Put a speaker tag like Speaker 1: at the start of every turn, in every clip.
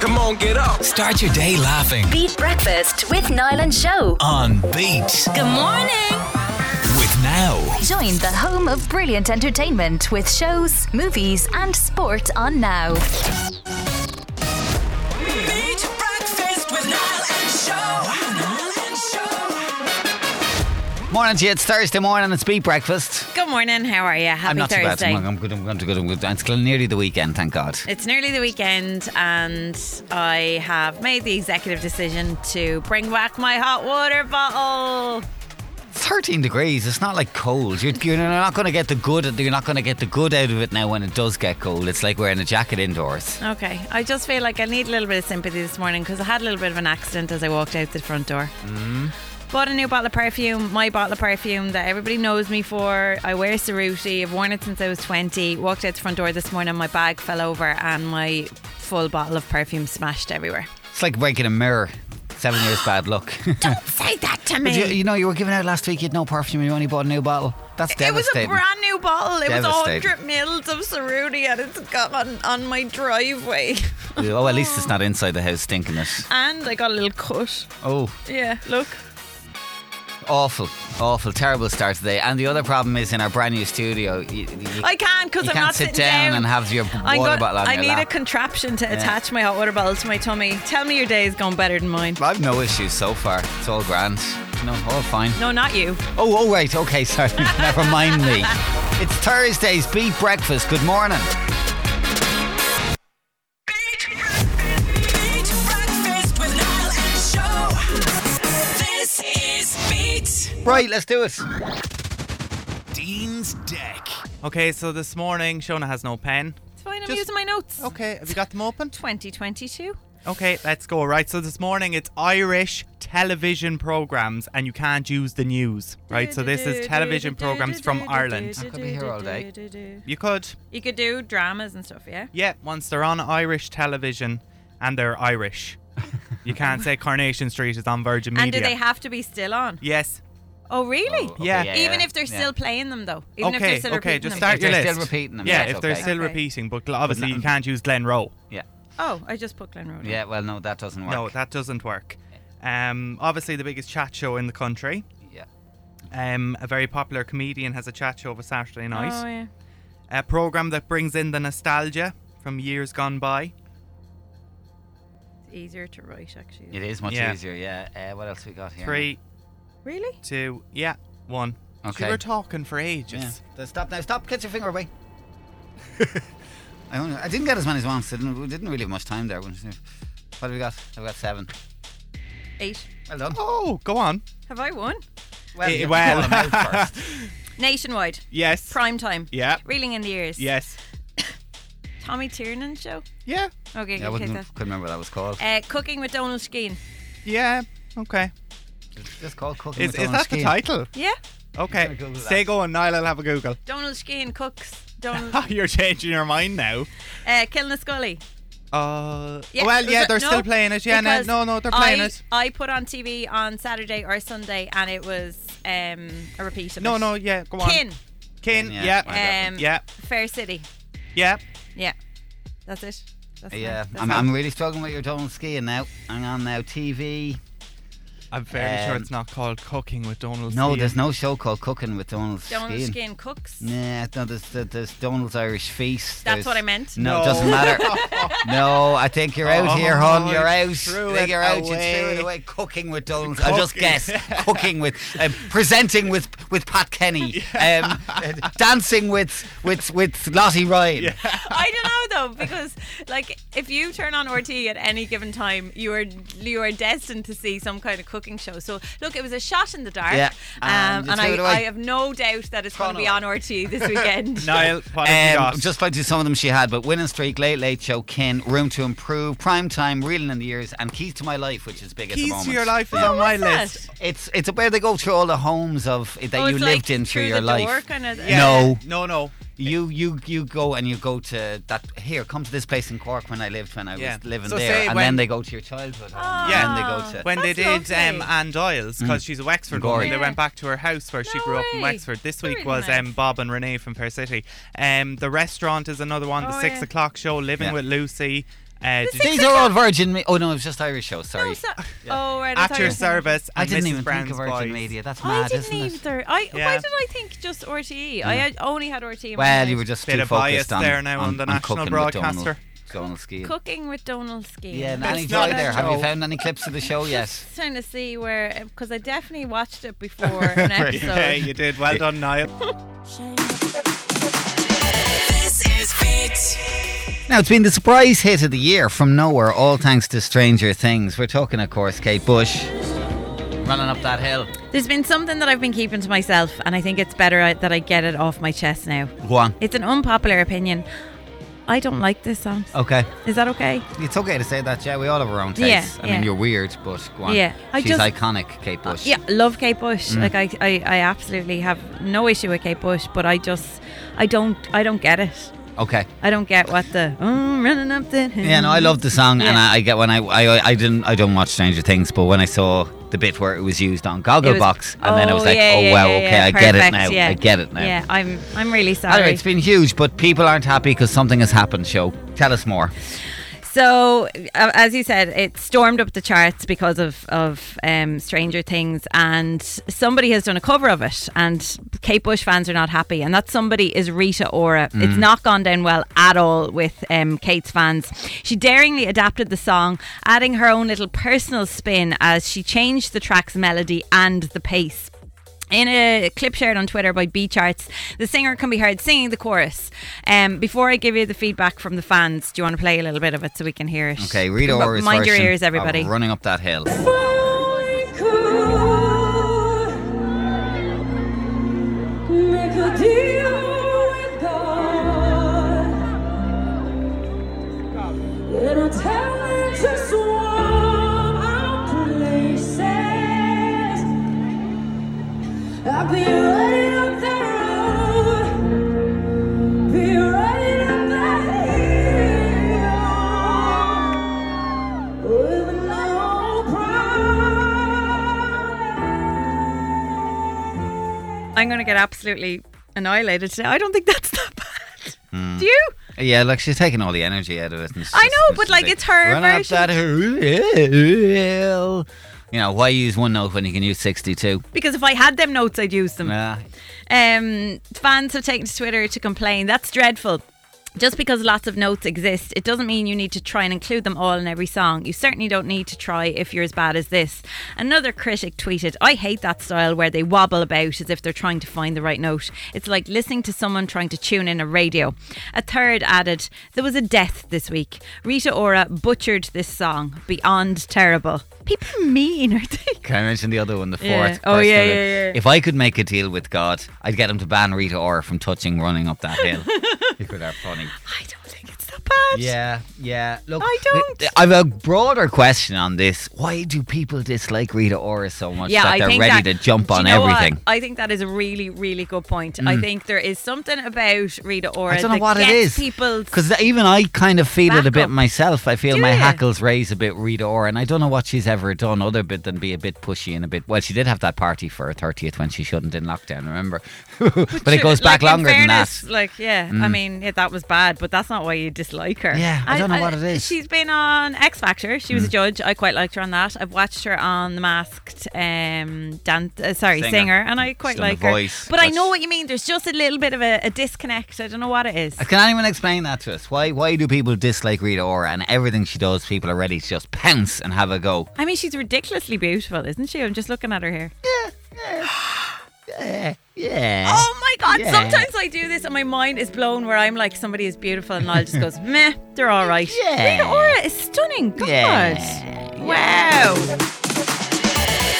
Speaker 1: Come on, get up.
Speaker 2: Start your day laughing
Speaker 3: Beat Breakfast with Niall and Show.
Speaker 2: on Beat
Speaker 3: Good morning.
Speaker 2: with Now.
Speaker 3: Join the home of brilliant entertainment with shows, movies, and sport on Now.
Speaker 4: Beach breakfast with Niall and Show. Niall and Show.
Speaker 5: Morning to you. It's Thursday morning. It's Beat Breakfast.
Speaker 6: Good morning. How are you? Happy
Speaker 5: I'm not too bad.
Speaker 6: Thursday.
Speaker 5: I'm, I'm good. I'm good. I'm good. I'm good. It's nearly the weekend. Thank God.
Speaker 6: It's nearly the weekend, and I have made the executive decision to bring back my hot water bottle.
Speaker 5: 13 degrees. It's not like cold. You're, you're not going to get the good. You're not going to get the good out of it now when it does get cold. It's like wearing a jacket indoors.
Speaker 6: Okay, I just feel like I need a little bit of sympathy this morning because I had a little bit of an accident as I walked out the front door.
Speaker 5: Mm-hmm.
Speaker 6: Bought a new bottle of perfume, my bottle of perfume that everybody knows me for. I wear Cerruti, I've worn it since I was 20. Walked out the front door this morning, my bag fell over, and my full bottle of perfume smashed everywhere.
Speaker 5: It's like breaking a mirror. Seven years bad luck.
Speaker 6: Say that to
Speaker 5: But
Speaker 6: me.
Speaker 5: you, you know, you were giving out last week. You had no perfume. You only bought a new bottle. That's
Speaker 6: It was a
Speaker 5: devastating.
Speaker 6: brand new bottle. It was
Speaker 5: Devastating.
Speaker 6: 100 mils of Cerruti and it's gone on my driveway.
Speaker 5: oh, at least it's not inside the house stinking it.
Speaker 6: And I got a little cut.
Speaker 5: Oh.
Speaker 6: Yeah, look.
Speaker 5: Awful, awful, terrible start today. And the other problem is in our brand new studio. You, you-
Speaker 6: I can't because
Speaker 5: you
Speaker 6: I'm
Speaker 5: can't
Speaker 6: not
Speaker 5: sit
Speaker 6: sitting
Speaker 5: down, and have your
Speaker 6: I,
Speaker 5: water
Speaker 6: got-
Speaker 5: bottle on
Speaker 6: I
Speaker 5: your
Speaker 6: need a
Speaker 5: lap.
Speaker 6: contraption to attach my hot water bottle to my tummy. Tell me your day is going better than mine.
Speaker 5: I've no issues so far. It's all grand. No, all fine.
Speaker 6: No, not you.
Speaker 5: Oh, oh, right. Okay, sorry. Never mind me. It's Thursday's Beat Breakfast. Good morning.
Speaker 4: Beach breakfast with Niall and Show. This is Beat.
Speaker 5: Right, let's do it.
Speaker 2: Dean's Deck.
Speaker 7: Okay, so this morning Shona has no pen.
Speaker 6: It's fine, I'm
Speaker 7: Just-
Speaker 6: using my notes.
Speaker 7: Okay, have you got them open?
Speaker 6: 2022.
Speaker 7: Okay, let's go. Right, so this morning it's Irish television programs and you can't use the news. Right, so this is television programs from Ireland.
Speaker 5: I could be here all day.
Speaker 7: You could,
Speaker 6: You could do dramas and stuff, yeah?
Speaker 7: yeah, once they're on Irish television and they're Irish. You can't say Carnation Street is on Virgin Media.
Speaker 6: And do they have to be still on?
Speaker 7: Yes.
Speaker 6: Oh, really?
Speaker 7: Yeah.
Speaker 6: Even if they're
Speaker 5: yeah.
Speaker 6: still playing them, though. Even
Speaker 7: okay,
Speaker 6: if they're still
Speaker 7: okay,
Speaker 6: repeating
Speaker 7: just
Speaker 6: them.
Speaker 7: start
Speaker 5: If
Speaker 7: your
Speaker 5: they're
Speaker 7: list.
Speaker 5: still repeating them,
Speaker 7: Yeah,
Speaker 5: that's
Speaker 7: if they're
Speaker 5: okay.
Speaker 7: still
Speaker 6: Okay.
Speaker 7: repeating, but obviously you
Speaker 5: not-
Speaker 7: can't use Glen Rowe.
Speaker 5: Yeah.
Speaker 6: Oh, I just put Glen Road. in.
Speaker 5: Yeah, well, no, that doesn't work.
Speaker 7: No, that doesn't work. Um, obviously, the biggest chat show in the country.
Speaker 5: yeah.
Speaker 7: Um, a very popular comedian has a chat show over Saturday night.
Speaker 6: Oh, yeah.
Speaker 7: A program that brings in the nostalgia from years gone by.
Speaker 6: It's easier to write, actually.
Speaker 5: It is much
Speaker 7: Yeah.
Speaker 5: easier, yeah. Uh, what else we got here?
Speaker 7: Three,
Speaker 6: Really?
Speaker 7: two, yeah, one.
Speaker 5: Okay.
Speaker 7: We were talking for
Speaker 5: Yeah.
Speaker 7: ages.
Speaker 5: Then Stop now. Stop. Get your finger away. I, only, I didn't get as many as once. Didn't, we didn't really have much time there. What have we got? I've got seven.
Speaker 6: Eight.
Speaker 5: Well done.
Speaker 7: Oh, go on.
Speaker 6: Have I won?
Speaker 5: Well,
Speaker 7: Eh,
Speaker 5: you-
Speaker 7: well.
Speaker 5: you want 'em out first.
Speaker 6: Nationwide.
Speaker 7: Yes.
Speaker 6: Prime time.
Speaker 7: Yeah.
Speaker 6: Reeling in the ears.
Speaker 7: Yes.
Speaker 6: Tommy Tiernan show.
Speaker 7: Yeah.
Speaker 6: Okay,
Speaker 5: Yeah, I
Speaker 6: you take
Speaker 5: wouldn't,
Speaker 6: that.
Speaker 5: couldn't remember what that was called.
Speaker 7: Eh,
Speaker 6: Uh, cooking with Donald Skeen.
Speaker 7: Yeah. Okay.
Speaker 5: It's just called cooking.
Speaker 7: Is,
Speaker 5: with
Speaker 7: is
Speaker 5: Donald
Speaker 7: that the
Speaker 5: Skeen.
Speaker 7: title?
Speaker 6: Yeah.
Speaker 7: Okay.
Speaker 5: Google that.
Speaker 7: Stay going, Niall. I'll have a Google.
Speaker 6: Donald Skeen cooks. Donald.
Speaker 7: Ha, You're changing your mind now.
Speaker 6: uh, Killing a Scully.
Speaker 7: Uh,
Speaker 6: Yeah,
Speaker 7: well,
Speaker 6: was
Speaker 7: yeah,
Speaker 6: it-
Speaker 7: they're
Speaker 6: no,
Speaker 7: still playing it. Yeah, no,
Speaker 6: because
Speaker 7: no, no, they're playing
Speaker 6: I,
Speaker 7: it.
Speaker 6: I put on TV on Saturday or Sunday and it was um, a repeat of
Speaker 7: No,
Speaker 6: it.
Speaker 7: no, yeah, go on.
Speaker 6: Kin.
Speaker 7: Kin,
Speaker 5: Yeah.
Speaker 7: yeah,
Speaker 5: Right.
Speaker 6: Um,
Speaker 7: Yeah.
Speaker 6: Fair City.
Speaker 7: yeah.
Speaker 6: Yeah. That's it. That's
Speaker 5: Yeah,
Speaker 6: mine. That's
Speaker 5: I'm,
Speaker 6: mine.
Speaker 5: I'm really struggling with your Donald skiing now. Hang on now, TV.
Speaker 7: I'm fairly
Speaker 5: Um,
Speaker 7: sure it's not called Cooking with Donald
Speaker 5: No,
Speaker 7: Sean.
Speaker 5: there's no show called Cooking with Donald Skeen.
Speaker 6: Donald Skeen cooks.
Speaker 5: Nah, no, there's, there- there's Donald's Irish Feast.
Speaker 6: That's
Speaker 5: there's-
Speaker 6: what I meant.
Speaker 5: No, it doesn't matter. no, I think you're out here,
Speaker 7: Oh,
Speaker 5: hon. You're
Speaker 7: I
Speaker 5: out. I
Speaker 7: threw
Speaker 5: think
Speaker 7: it
Speaker 5: you're out. You threw
Speaker 7: away.
Speaker 5: it away. Cooking with Donald. I just
Speaker 7: Cooking.
Speaker 5: guessed. Cooking with, um, presenting with with Pat Kenny, um, uh, dancing with with with Lottie Ryan.
Speaker 6: I don't know though because like if you turn on RT at any given time, you are you are destined to see some kind of cooking show. So look, it was a shot in the dark,
Speaker 5: Yeah, and
Speaker 6: um,
Speaker 5: you
Speaker 6: and
Speaker 5: threw
Speaker 6: I,
Speaker 5: it away.
Speaker 6: I have no doubt that it's going to be on RT this weekend.
Speaker 7: Niall, what have you
Speaker 5: Um,
Speaker 7: got?
Speaker 5: just like to some of them she had, but Winning Streak, Late Late Show, Kin, Room to Improve, Prime Time, Reeling in the Years, and Keys to My Life, which is big at the
Speaker 7: Keys
Speaker 5: moment.
Speaker 7: to your life is
Speaker 6: What
Speaker 7: on my
Speaker 6: was that?
Speaker 7: list.
Speaker 5: It's it's where they go through all the homes of that
Speaker 6: Oh,
Speaker 5: you
Speaker 6: it's
Speaker 5: lived
Speaker 6: like
Speaker 5: in through,
Speaker 6: through
Speaker 5: your
Speaker 6: the
Speaker 5: life.
Speaker 6: door kind of-
Speaker 5: No,
Speaker 7: No, no.
Speaker 5: you you you go and you go to that. Here, come to this place in Cork when I lived when I
Speaker 7: Yeah.
Speaker 5: was living
Speaker 7: So say
Speaker 5: there, and then
Speaker 7: when-
Speaker 5: they go to your childhood home.
Speaker 6: Ah.
Speaker 7: Yeah.
Speaker 5: and then they go to. Mm.
Speaker 7: When they
Speaker 6: That's
Speaker 7: did um,
Speaker 6: lovely.
Speaker 7: Anne Doyle's, because she's a Wexford
Speaker 5: Gory.
Speaker 7: woman, they went back to her house where she
Speaker 6: No
Speaker 7: grew up in
Speaker 6: way.
Speaker 7: Wexford. This
Speaker 6: Very
Speaker 7: week was
Speaker 6: nice.
Speaker 7: um, Bob and Renee from Fair City. Um, the restaurant is another one. The
Speaker 6: Oh,
Speaker 7: six
Speaker 6: yeah.
Speaker 7: o'clock show, Living
Speaker 5: Yeah.
Speaker 7: with Lucy.
Speaker 8: Uh, did
Speaker 5: These are all Virgin. Me- oh no, it was just Irish show. Sorry.
Speaker 6: No, so- Oh, right. I
Speaker 8: at
Speaker 6: thought you
Speaker 8: your
Speaker 6: were saying-
Speaker 8: service.
Speaker 5: I
Speaker 8: and
Speaker 5: didn't
Speaker 8: Mrs.
Speaker 5: even
Speaker 8: Brown's
Speaker 5: think of Virgin
Speaker 8: Boys.
Speaker 5: Media. That's
Speaker 6: I
Speaker 5: mad,
Speaker 6: didn't
Speaker 5: isn't it?
Speaker 6: either. I why
Speaker 8: Yeah.
Speaker 6: did I think just RTE? I had only had E RTE. in my
Speaker 5: Well,
Speaker 6: head.
Speaker 5: you were just
Speaker 8: Bit
Speaker 5: too
Speaker 8: of bias
Speaker 5: focused on,
Speaker 8: there now on the national
Speaker 5: cooking
Speaker 8: broadcaster.
Speaker 5: With Donald, Donald Skean.
Speaker 6: cooking with Donald Ski.
Speaker 5: Yeah,
Speaker 8: That's
Speaker 5: Nanny
Speaker 8: not
Speaker 5: Joy
Speaker 8: a
Speaker 5: there. Have you
Speaker 8: show.
Speaker 5: found any clips of the show yet?
Speaker 6: Just trying to see where because I definitely watched it before an episode.
Speaker 8: Yeah, you did. Well done, Niall.
Speaker 4: This is Beat.
Speaker 5: Now, it's been the surprise hit of the year from nowhere, all thanks to Stranger Things. We're talking, of course, Kate Bush running up that hill.
Speaker 6: There's been something that I've been keeping to myself, and I think it's better I- that I get it off my chest now.
Speaker 5: Go on.
Speaker 6: It's an unpopular opinion. I don't like this song.
Speaker 5: Okay.
Speaker 6: Is that okay?
Speaker 5: It's okay to say that, yeah. We all have our own
Speaker 6: Yeah,
Speaker 5: tastes. I mean,
Speaker 6: yeah.
Speaker 5: you're weird, but go on.
Speaker 6: Yeah, I
Speaker 5: She's
Speaker 6: just- Uh,
Speaker 5: iconic, Kate Bush. Mm.
Speaker 6: Yeah, love Kate Bush. Like I, I, I absolutely have no issue with Kate Bush, but I just, I don't, I don't get it.
Speaker 5: Okay.
Speaker 6: I don't get what the oh, running up the hill.
Speaker 5: Yeah, no, I love the song, and
Speaker 6: Yeah.
Speaker 5: I, I get when I, I I didn't I don't watch Stranger Things, but when I saw the bit where it was used on
Speaker 6: It was-
Speaker 5: Gogglebox, and then I was like,
Speaker 6: yeah,
Speaker 5: oh
Speaker 6: yeah,
Speaker 5: wow,
Speaker 6: yeah,
Speaker 5: okay,
Speaker 6: yeah,
Speaker 5: I get it
Speaker 6: perfect,
Speaker 5: now,
Speaker 6: yeah.
Speaker 5: I get it now.
Speaker 6: Yeah, I'm, I'm really sorry.
Speaker 5: Anyway, it's been huge, but people aren't happy because something has happened. Show, tell us more.
Speaker 6: So, uh, as you said, it stormed up the charts because of of um, Stranger Things, and somebody has done a cover of it, and Kate Bush fans are not happy, and that somebody is Rita Ora. It's not gone down well at all with um, Kate's fans. She daringly adapted the song, adding her own little personal spin as she changed the track's melody and the pace. In a clip shared on Twitter by B Charts, the singer can be heard singing the chorus. Um, before I give you the feedback from the fans, do you want to play a little bit of it so we can hear it?
Speaker 5: Okay, read
Speaker 6: But
Speaker 5: Ora's
Speaker 6: Mind your
Speaker 5: version
Speaker 6: ears,
Speaker 5: of
Speaker 6: everybody.
Speaker 5: running up that hill.
Speaker 9: I'll be running up that road. Be running up that hill with no pride.
Speaker 6: I'm going to get absolutely annihilated today. I don't think that's that bad.
Speaker 5: Hmm.
Speaker 6: Do you?
Speaker 5: Yeah, like she's taking all the energy out of it. and it's
Speaker 6: I
Speaker 5: just-
Speaker 6: know, but,
Speaker 5: just
Speaker 6: like, it's her
Speaker 5: Running up
Speaker 6: version."
Speaker 5: that hill. You know, why use one note when you can use sixty-two?
Speaker 6: Because if I had them notes, I'd use them.
Speaker 5: Yeah.
Speaker 6: Um, fans have taken to Twitter to complain. That's dreadful. Just because lots of notes exist, it doesn't mean you need to try and include them all in every song. You certainly don't need to try if you're as bad as this. Another critic tweeted, I hate that style where they wobble about as if they're trying to find the right note. It's like listening to someone trying to tune in a radio. A third added, There was a death this week. Rita Ora butchered this song. Beyond terrible. People are mean, aren't they?
Speaker 5: Can I mention the other one, the fourth?
Speaker 6: Yeah. Oh, yeah,
Speaker 5: personally?
Speaker 6: yeah, yeah.
Speaker 5: If I could make a deal with God, I'd get him to ban Rita Ora from touching running up that hill. you could have funny.
Speaker 6: I don't think it's that bad.
Speaker 5: Yeah, yeah. Look,
Speaker 6: I don't.
Speaker 5: I've a broader question on this. Why do people dislike Rita Ora so much that they're ready to jump
Speaker 6: do you
Speaker 5: on
Speaker 6: know what?
Speaker 5: everything? Mm.
Speaker 6: I think that is a really, really good point. I think there is something about Rita Ora.
Speaker 5: I don't know
Speaker 6: that
Speaker 5: what it
Speaker 6: gets
Speaker 5: is.
Speaker 6: People's
Speaker 5: Because even I kind of feel it a
Speaker 6: back
Speaker 5: bit
Speaker 6: up.
Speaker 5: myself. I feel
Speaker 6: Do
Speaker 5: my
Speaker 6: ya?
Speaker 5: hackles raise a bit, Rita Ora, and I don't know what she's ever done other bit than be a bit pushy and a bit. Well, she did have that party for her 30th when she shouldn't in lockdown, remember? but it goes back
Speaker 6: like, in
Speaker 5: longer
Speaker 6: fairness,
Speaker 5: than that. Mm.
Speaker 6: Like, yeah, I mean, yeah, that was bad, but that's not why you dislike her.
Speaker 5: Yeah, I don't know what it is. Mm.
Speaker 6: She's been on X Factor. She was a judge. I quite liked her on that. I've watched her on The Masked um, dan- uh, sorry,
Speaker 5: Singer.
Speaker 6: singer. and I quite
Speaker 5: She's on The
Speaker 6: like her.
Speaker 5: Voice.
Speaker 6: But I
Speaker 5: That's-
Speaker 6: know what you mean. There's just a little bit of a, a disconnect. I don't know what it is.
Speaker 5: Uh, Can anyone explain that to us? Why why do people dislike Rita Ora and everything she does? People are ready to just pounce and have a go.
Speaker 6: I mean, she's ridiculously beautiful, isn't she? I'm just looking at her here.
Speaker 5: Yeah.
Speaker 6: Oh my god!
Speaker 5: Yeah.
Speaker 6: Sometimes I do this and my mind is blown. Where I'm like, somebody is beautiful, and Niall just goes, "Meh, they're all right."
Speaker 5: Yeah.
Speaker 6: Rita Ora is stunning. God,
Speaker 5: Yeah.
Speaker 6: wow.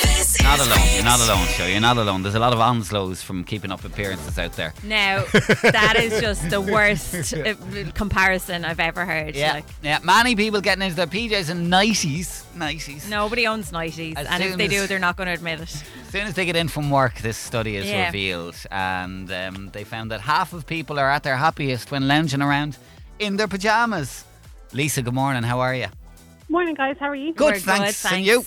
Speaker 4: This
Speaker 5: Not
Speaker 4: is
Speaker 5: alone.
Speaker 4: Beat.
Speaker 5: You're not alone, show. You're not alone. There's a lot of Onslows from keeping up appearances out there.
Speaker 6: Now that is just the worst uh, comparison I've ever heard.
Speaker 5: Yeah.
Speaker 6: Like,
Speaker 5: yeah. Many people getting into their PJs and nighties. Nighties.
Speaker 6: nobody owns nighties,
Speaker 5: As
Speaker 6: and if
Speaker 5: soon
Speaker 6: they
Speaker 5: as-
Speaker 6: do, they're not going to admit it.
Speaker 5: As soon as they get in from work, this study is
Speaker 6: Yeah.
Speaker 5: revealed. And um, they found that half of people are at their happiest when lounging around in their pajamas. Lisa, good morning. How are you?
Speaker 10: Morning, guys. How are you?
Speaker 5: Good,
Speaker 6: We're
Speaker 5: thanks. And you?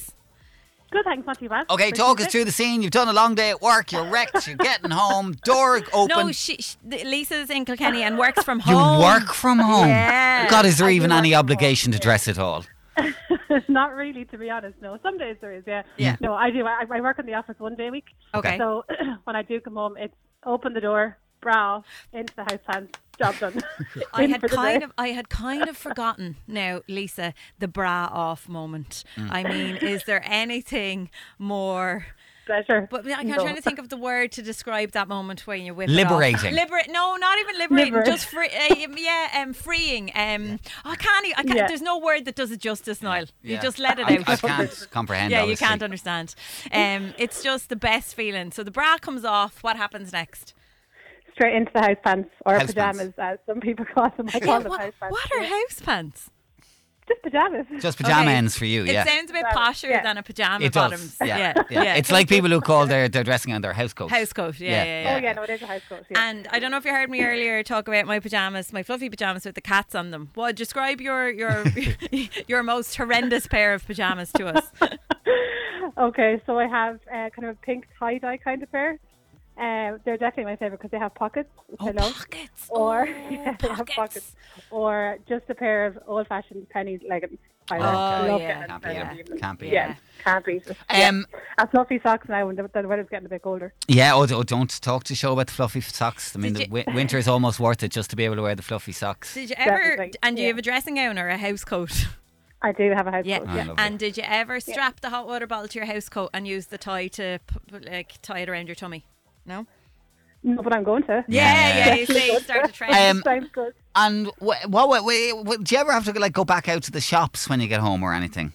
Speaker 10: Good, thanks, not too bad.
Speaker 5: Okay, talk us through the scene. You've done a long day at work. You're wrecked. You're getting home. Door open.
Speaker 6: No, she, she, Lisa's in Kilkenny and works from
Speaker 5: you
Speaker 6: home.
Speaker 5: work from home.
Speaker 6: Yeah.
Speaker 5: God, is there
Speaker 10: I do
Speaker 5: even
Speaker 10: work
Speaker 5: any
Speaker 10: from home,
Speaker 5: obligation to dress at all?
Speaker 10: not really, to be honest. No, some days there is. Yeah.
Speaker 6: Yeah.
Speaker 10: No, I do. I, I work in the office one day a week.
Speaker 6: Okay.
Speaker 10: So when I do come home, it's open the door, brow into the house plan, job done.
Speaker 6: I
Speaker 10: In
Speaker 6: had
Speaker 10: for the
Speaker 6: kind
Speaker 10: day.
Speaker 6: of I had kind of forgotten now, Lisa, the bra off moment.
Speaker 5: Mm.
Speaker 6: I mean, is there anything more
Speaker 10: pleasure.
Speaker 6: but I'm
Speaker 10: No.
Speaker 6: trying to think of the word to describe that moment when you whip
Speaker 5: Liberating.
Speaker 6: It off. Liberate? No, not even liberating.
Speaker 10: Liberate.
Speaker 6: Just free. Uh, yeah, um, freeing. Um, I can't. e- I can't.
Speaker 10: Yeah.
Speaker 6: There's no word that does it justice, Niall. You
Speaker 5: Yeah.
Speaker 6: just let it
Speaker 5: I,
Speaker 6: out.
Speaker 5: I can't comprehend.
Speaker 6: yeah,
Speaker 5: obviously.
Speaker 6: you can't understand. Um, it's just the best feeling. So the bra comes off. What happens next?
Speaker 10: Straight into the house pants or
Speaker 5: House pants.
Speaker 10: pajamas, as some people call them. I call them
Speaker 6: what,
Speaker 10: house pants.
Speaker 6: what are house pants?
Speaker 10: Just pajamas.
Speaker 5: Just pajama
Speaker 6: Okay.
Speaker 5: ends for you.
Speaker 6: It
Speaker 5: Yeah.
Speaker 6: sounds a bit
Speaker 10: Pajama,
Speaker 6: posher
Speaker 10: yeah.
Speaker 6: than a pajama
Speaker 5: it
Speaker 6: bottoms.
Speaker 5: does. Yeah. Yeah. It's like people who call their, their dressing on their house coat.
Speaker 6: house coat. Yeah, yeah, yeah.
Speaker 10: oh yeah, no, it is a house coat. Yeah.
Speaker 6: And I don't know if you heard me earlier talk about my pajamas, my fluffy pajamas with the cats on them. Well, describe your your your most horrendous pair of pajamas to us.
Speaker 10: Okay, so I have uh, kind of a pink tie dye kind of pair. Um, they're definitely my favorite because they have pockets, which I love.
Speaker 6: Oh, Pockets.
Speaker 10: Or
Speaker 6: Oh,
Speaker 10: yeah, they have pockets. Or just a pair of old fashioned penny leggings. I
Speaker 6: Oh,
Speaker 10: love getting
Speaker 6: yeah.
Speaker 5: Can't
Speaker 10: them.
Speaker 5: beat 'em. Can't beat 'em.
Speaker 10: Yeah, can't beat it.
Speaker 5: Um,
Speaker 10: yeah. And fluffy socks now when the, the weather's getting a bit colder.
Speaker 5: Yeah, oh, oh, don't talk to show about the fluffy socks. I mean,
Speaker 6: Did
Speaker 5: the wi- winter is almost worth it just to be able to wear the fluffy socks.
Speaker 6: Did you ever?
Speaker 10: Definitely,
Speaker 6: And do you
Speaker 10: yeah.
Speaker 6: have a dressing gown or a house coat?
Speaker 10: I do have a house
Speaker 6: Yeah.
Speaker 10: coat.
Speaker 5: Oh,
Speaker 10: Yeah.
Speaker 5: lovely.
Speaker 6: And did you ever strap the hot water bottle to your house coat and use the tie to p- p- like tie it around your tummy? No.
Speaker 10: No, but I'm going to.
Speaker 5: Yeah,
Speaker 6: Yeah, yeah.
Speaker 5: yeah.
Speaker 6: you see, you start to trend.
Speaker 5: Um,
Speaker 10: Sounds good.
Speaker 5: and wh- what, what, what, what- do you ever have to like go back out to the shops when you get home or anything?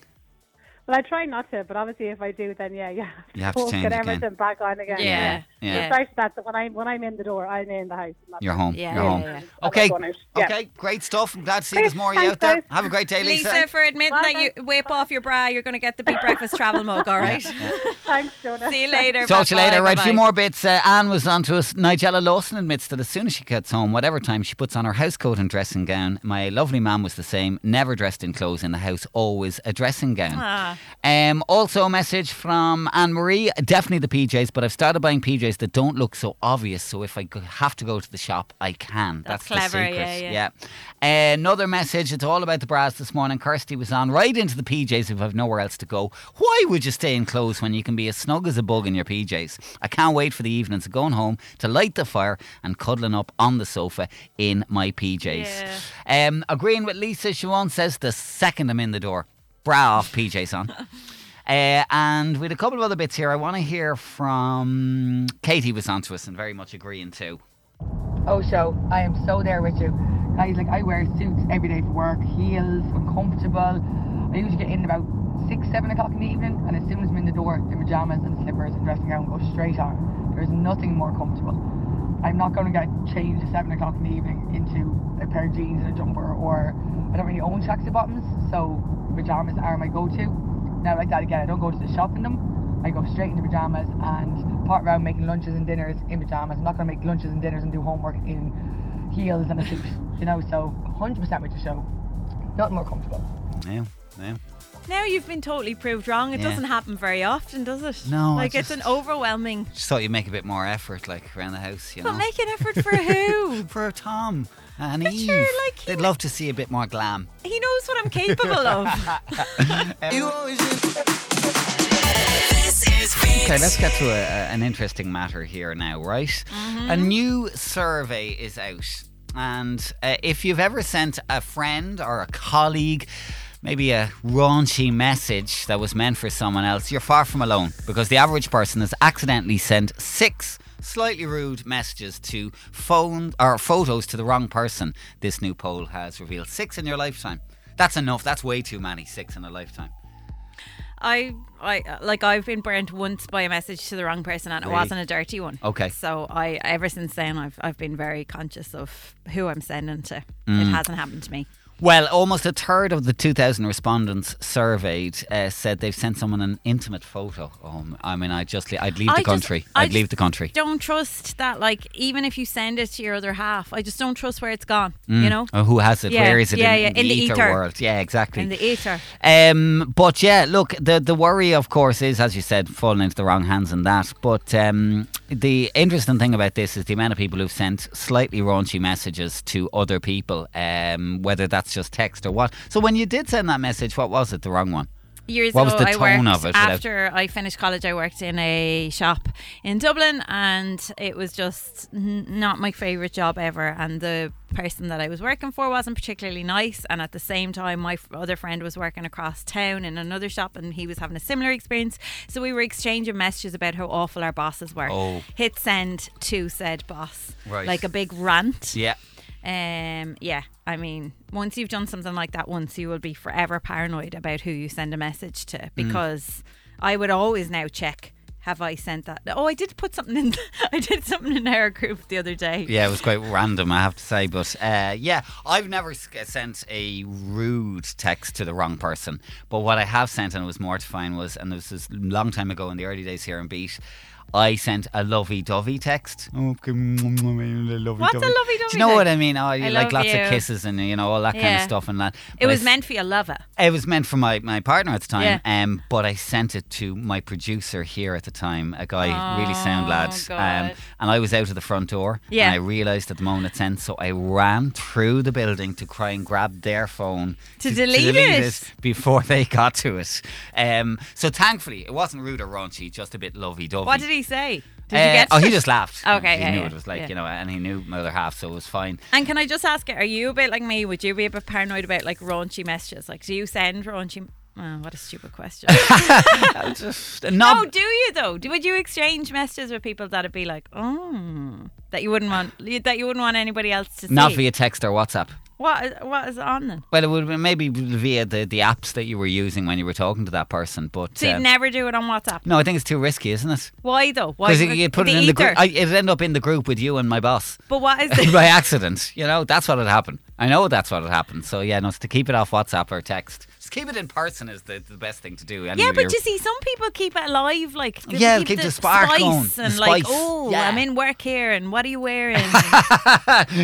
Speaker 10: Well, I try not to, but obviously if I do, then yeah, yeah.
Speaker 5: You have to change
Speaker 10: get
Speaker 5: again.
Speaker 10: everything back on again.
Speaker 6: yeah.
Speaker 5: yeah.
Speaker 6: yeah.
Speaker 10: Besides that, when I'm when I'm in the door, I'm in the house. I'm not-
Speaker 5: You're home.
Speaker 6: Yeah,
Speaker 5: You're
Speaker 6: yeah,
Speaker 5: home.
Speaker 6: yeah.
Speaker 10: I'm
Speaker 5: Okay.
Speaker 10: not going out. Yeah.
Speaker 5: Okay. Great stuff. I'm glad to see there's more of you out
Speaker 10: Thanks,
Speaker 5: there.
Speaker 10: guys.
Speaker 5: Have a great day, Lisa.
Speaker 6: Lisa, for admitting
Speaker 10: Bye,
Speaker 6: that you
Speaker 10: bye.
Speaker 6: whip off your bra, you're going to get the big breakfast travel mug. All right.
Speaker 10: Thanks, Jonah.
Speaker 6: See you later.
Speaker 5: Talk to you
Speaker 6: Bye-bye,
Speaker 5: later. Right, a few
Speaker 6: bye-bye.
Speaker 5: more bits. Uh, Anne was on to us. Nigella Lawson admits that as soon as she gets home, whatever time she puts on her house coat and dressing gown, my lovely man was the same, never dressed in clothes in the house, always a dressing gown.
Speaker 6: Ah.
Speaker 5: Um, also, a message from Anne Marie definitely the PJs, but I've started buying PJs that don't look so obvious. So if I go- have to go to the shop, I can.
Speaker 6: That's
Speaker 5: That's,
Speaker 6: clever,
Speaker 5: the secret.
Speaker 6: yeah,
Speaker 5: yeah. Another message. It's all about the bras this morning. Kirsty was on right into the PJs if I've nowhere else to go. Why would you stay in clothes when you can be as snug as a bug in your PJs? I can't wait for the evenings of going home to light the fire and cuddling up on the sofa in my PJs. Um, agreeing with Lisa, Sharon says the second I'm in the door, bra off, PJs on. Uh, and with a couple of other bits here, I want to hear from Katie was on to us and very much agreeing too.
Speaker 11: Oh, show. I am so there with you. Guys, like, I wear suits every day for work, heels, I'm comfortable. I usually get in about 6, 7 o'clock in the evening, and as soon as I'm in the door, the pajamas and slippers and dressing gown go straight on. There's nothing more comfortable. I'm not going to get changed at 7 o'clock in the evening into a pair of jeans and a jumper, or I don't really own tracksuit bottoms, so pajamas are my go to. Now, like that again, I don't go to the shop in them. I go straight into pajamas and part around making lunches and dinners in pajamas. I'm not going to make lunches and dinners and do homework in heels and a suit, you know. So 100% with the show. Nothing more comfortable.
Speaker 5: Yeah, yeah.
Speaker 6: Now you've been totally proved wrong. It
Speaker 5: Yeah.
Speaker 6: doesn't happen very often, does it?
Speaker 5: No, I
Speaker 6: Like it's
Speaker 5: just-
Speaker 6: an overwhelming.
Speaker 5: Just thought you'd make a bit more effort, like around the house, you
Speaker 6: But
Speaker 5: know.
Speaker 6: make an effort for who?
Speaker 5: for Tom and Eve,
Speaker 6: sure, like, he-
Speaker 5: they'd love to see a bit more glam.
Speaker 6: He knows what I'm capable of.
Speaker 4: This is Beat.
Speaker 5: Okay, let's get to a, a- an interesting matter here now, right? A new survey is out. And uh, if you've ever sent a friend or a colleague, maybe a raunchy message that was meant for someone else, you're far from alone because the average person has accidentally sent six slightly rude messages to phone or photos to the wrong person. This new poll has revealed six in your lifetime. That's enough. That's way too many. Six in a lifetime.
Speaker 6: I, I, like I've been burnt once by a message to the wrong person, and it
Speaker 5: Really?
Speaker 6: wasn't a dirty one.
Speaker 5: Okay.
Speaker 6: So I,
Speaker 5: Mm.
Speaker 6: ever since then, I've I've been very conscious of who I'm sending to. It hasn't happened to me.
Speaker 5: Well, almost a third of the 2,000 respondents surveyed uh, said they've sent someone an intimate photo. Oh, I mean, I just, I'd leave
Speaker 6: I
Speaker 5: the
Speaker 6: just-
Speaker 5: country.
Speaker 6: I
Speaker 5: I'd leave
Speaker 6: just
Speaker 5: the country.
Speaker 6: Don't trust that. Like even if you send it to your other half, I just don't trust where it's gone. You know,
Speaker 5: Oh, who has it?
Speaker 6: Yeah,
Speaker 5: Where is it?
Speaker 6: yeah,
Speaker 5: in,
Speaker 6: yeah,
Speaker 5: in the, ether, world. Yeah, exactly.
Speaker 6: in the ether.
Speaker 5: Um, but yeah, look, the the worry, of course, is as you said, falling into the wrong hands and that. But um, the interesting thing about this is the amount of people who've sent slightly raunchy messages to other people, um, whether that's just text or what. So when you did send that message, what was it? The wrong one.
Speaker 6: Years
Speaker 5: What was
Speaker 6: ago,
Speaker 5: the
Speaker 6: I
Speaker 5: tone
Speaker 6: worked
Speaker 5: of it without-
Speaker 6: after I finished college. I worked in a shop in Dublin, and it was just n- not my favorite job ever. And the person that I was working for wasn't particularly nice. And at the same time, my f- other friend was working across town in another shop, and he was having a similar experience. So we were exchanging messages about how awful our bosses were.
Speaker 5: Oh.
Speaker 6: Hit send to said boss,
Speaker 5: Right.
Speaker 6: like a big rant.
Speaker 5: Yeah.
Speaker 6: Um, yeah, I mean, once you've done something like that once, you will be forever paranoid about who you send a message to
Speaker 5: Mm.
Speaker 6: because I would always now check. Have I sent that? Oh, I did put something in. I did something in our group the other day.
Speaker 5: Yeah, it was quite random, I have to say. But uh, yeah, I've never s- sent a rude text to the wrong person. But what I have sent, and it was mortifying, was, and this was a long time ago in the early days here in Beat, I sent a lovey dovey text. Okay, lovey
Speaker 6: What's a lovey-dovey
Speaker 5: Do you know what I
Speaker 6: text?
Speaker 5: mean? Oh, you
Speaker 6: I
Speaker 5: like
Speaker 6: love
Speaker 5: lots
Speaker 6: you.
Speaker 5: of kisses and you know all that kind of
Speaker 6: Yeah.
Speaker 5: stuff and that.
Speaker 6: It
Speaker 5: But I
Speaker 6: was
Speaker 5: s-
Speaker 6: meant for your lover.
Speaker 5: it was meant for my, my partner at the time,
Speaker 6: Yeah.
Speaker 5: um, but I sent it to my producer here at the time, a guy, really sound
Speaker 6: Oh,
Speaker 5: lad. um,
Speaker 6: God.
Speaker 5: and I was out of the front door.
Speaker 6: Yeah.
Speaker 5: And I realised at the moment it sent, so I ran through the building to try and grab their phone
Speaker 6: To delete it.
Speaker 5: before they got to it. Um, so thankfully, it wasn't rude or raunchy, just a bit lovey dovey.
Speaker 6: What did he say? Did
Speaker 5: Uh,
Speaker 6: you get?
Speaker 5: oh, he just laughed.
Speaker 6: Okay,
Speaker 5: He
Speaker 6: yeah,
Speaker 5: knew
Speaker 6: yeah,
Speaker 5: it was like,
Speaker 6: yeah.
Speaker 5: you know, and he knew my other half, so it was fine.
Speaker 6: And can I just ask it? Are you a bit like me? Would you be a bit paranoid about like raunchy messages? Like, do you send raunchy? Oh, what a stupid question.
Speaker 5: Not,
Speaker 6: Oh, do you though? Do, would you exchange messages with people that'd be like, oh, that you wouldn't want that you wouldn't want anybody else to see?
Speaker 5: not via text or WhatsApp.
Speaker 6: What is, what is on then?
Speaker 5: Well, it would be maybe via the, the apps that you were using when you were talking to that person, but
Speaker 6: So
Speaker 5: um,
Speaker 6: you'd never do it on WhatsApp.
Speaker 5: no, I think it's too risky, isn't it?
Speaker 6: Why though? Why
Speaker 5: Because
Speaker 6: would-
Speaker 5: you put it
Speaker 6: the
Speaker 5: in the group.
Speaker 6: ether.
Speaker 5: It'd end up in the group with you and my boss
Speaker 6: But what is the
Speaker 5: by accident. You know, that's what would happen. I know that's what would happen. So yeah, no, it's to keep it off WhatsApp or text. Just keep it in person is the, the best thing to do. Any
Speaker 6: Yeah,
Speaker 5: of
Speaker 6: but
Speaker 5: your-
Speaker 6: you see, some people keep it alive, like they
Speaker 5: Yeah, keep the spark
Speaker 6: spice
Speaker 5: going, the
Speaker 6: and like,
Speaker 5: spice.
Speaker 6: oh,
Speaker 5: Yeah.
Speaker 6: I'm in work here, and what are you wearing?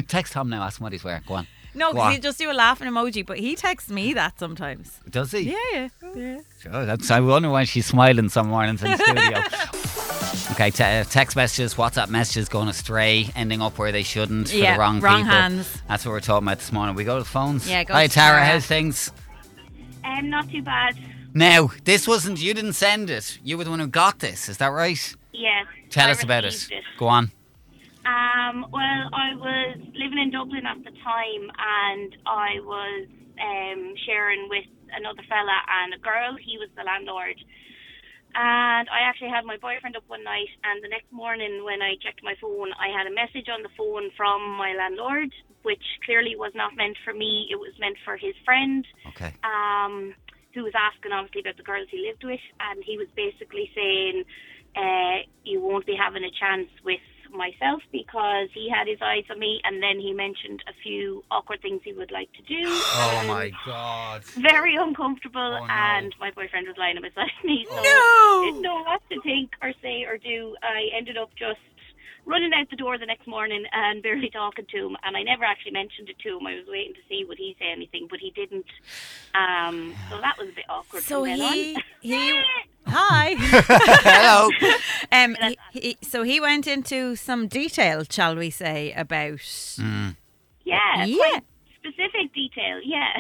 Speaker 5: text Tom now. Ask him what he's wearing. Go on.
Speaker 6: no,
Speaker 5: Go on.
Speaker 6: because you just do a laughing emoji. But he texts me that sometimes.
Speaker 5: Does he?
Speaker 6: Yeah,
Speaker 5: Oh, that's, I wonder why she's smiling some mornings in the studio. Okay, te- uh, text messages, WhatsApp messages going astray, ending up where they shouldn't for
Speaker 6: Yeah,
Speaker 5: the wrong,
Speaker 6: wrong
Speaker 5: people.
Speaker 6: hands.
Speaker 5: That's what we're talking about this morning. We go to the phones.
Speaker 6: Yeah, go
Speaker 5: Hi,
Speaker 6: to
Speaker 5: Tara.
Speaker 6: Tara.
Speaker 5: How's things?
Speaker 9: Um, not too bad.
Speaker 5: Now, this wasn't you didn't send it. You were the one who got this. Is that right?
Speaker 9: Yes.
Speaker 5: Tell
Speaker 9: I
Speaker 5: us about it.
Speaker 9: received
Speaker 5: Go on.
Speaker 9: Um, well, I was living in Dublin at the time, and I was um, sharing with another fella and a girl. He was the landlord, and I actually had my boyfriend up one night. And the next morning, when I checked my phone, I had a message on the phone from my landlord, which clearly was not meant for me. It was meant for his friend
Speaker 5: Okay.
Speaker 9: um, who was asking obviously about the girls he lived with, and he was basically saying, uh, "You won't be having a chance with myself because he had his eyes on me." And then he mentioned a few awkward things he would like to do.
Speaker 5: Oh
Speaker 9: and
Speaker 5: my God.
Speaker 9: Very uncomfortable,
Speaker 5: Oh, no.
Speaker 9: and my boyfriend was lying beside me, so didn't know what to think or say or do. I ended up just running out the door the next morning and barely talking to him. And I never actually mentioned it to him. I was waiting to see would he say anything, but he didn't. Um, so that was a bit awkward.
Speaker 6: So
Speaker 9: from then
Speaker 6: he
Speaker 9: on.
Speaker 6: he. Hi.
Speaker 5: Hello.
Speaker 6: Um, he, he, so he went into some detail, shall we say, about
Speaker 5: Hmm.
Speaker 9: yeah,
Speaker 6: yeah,
Speaker 9: specific detail. Yeah.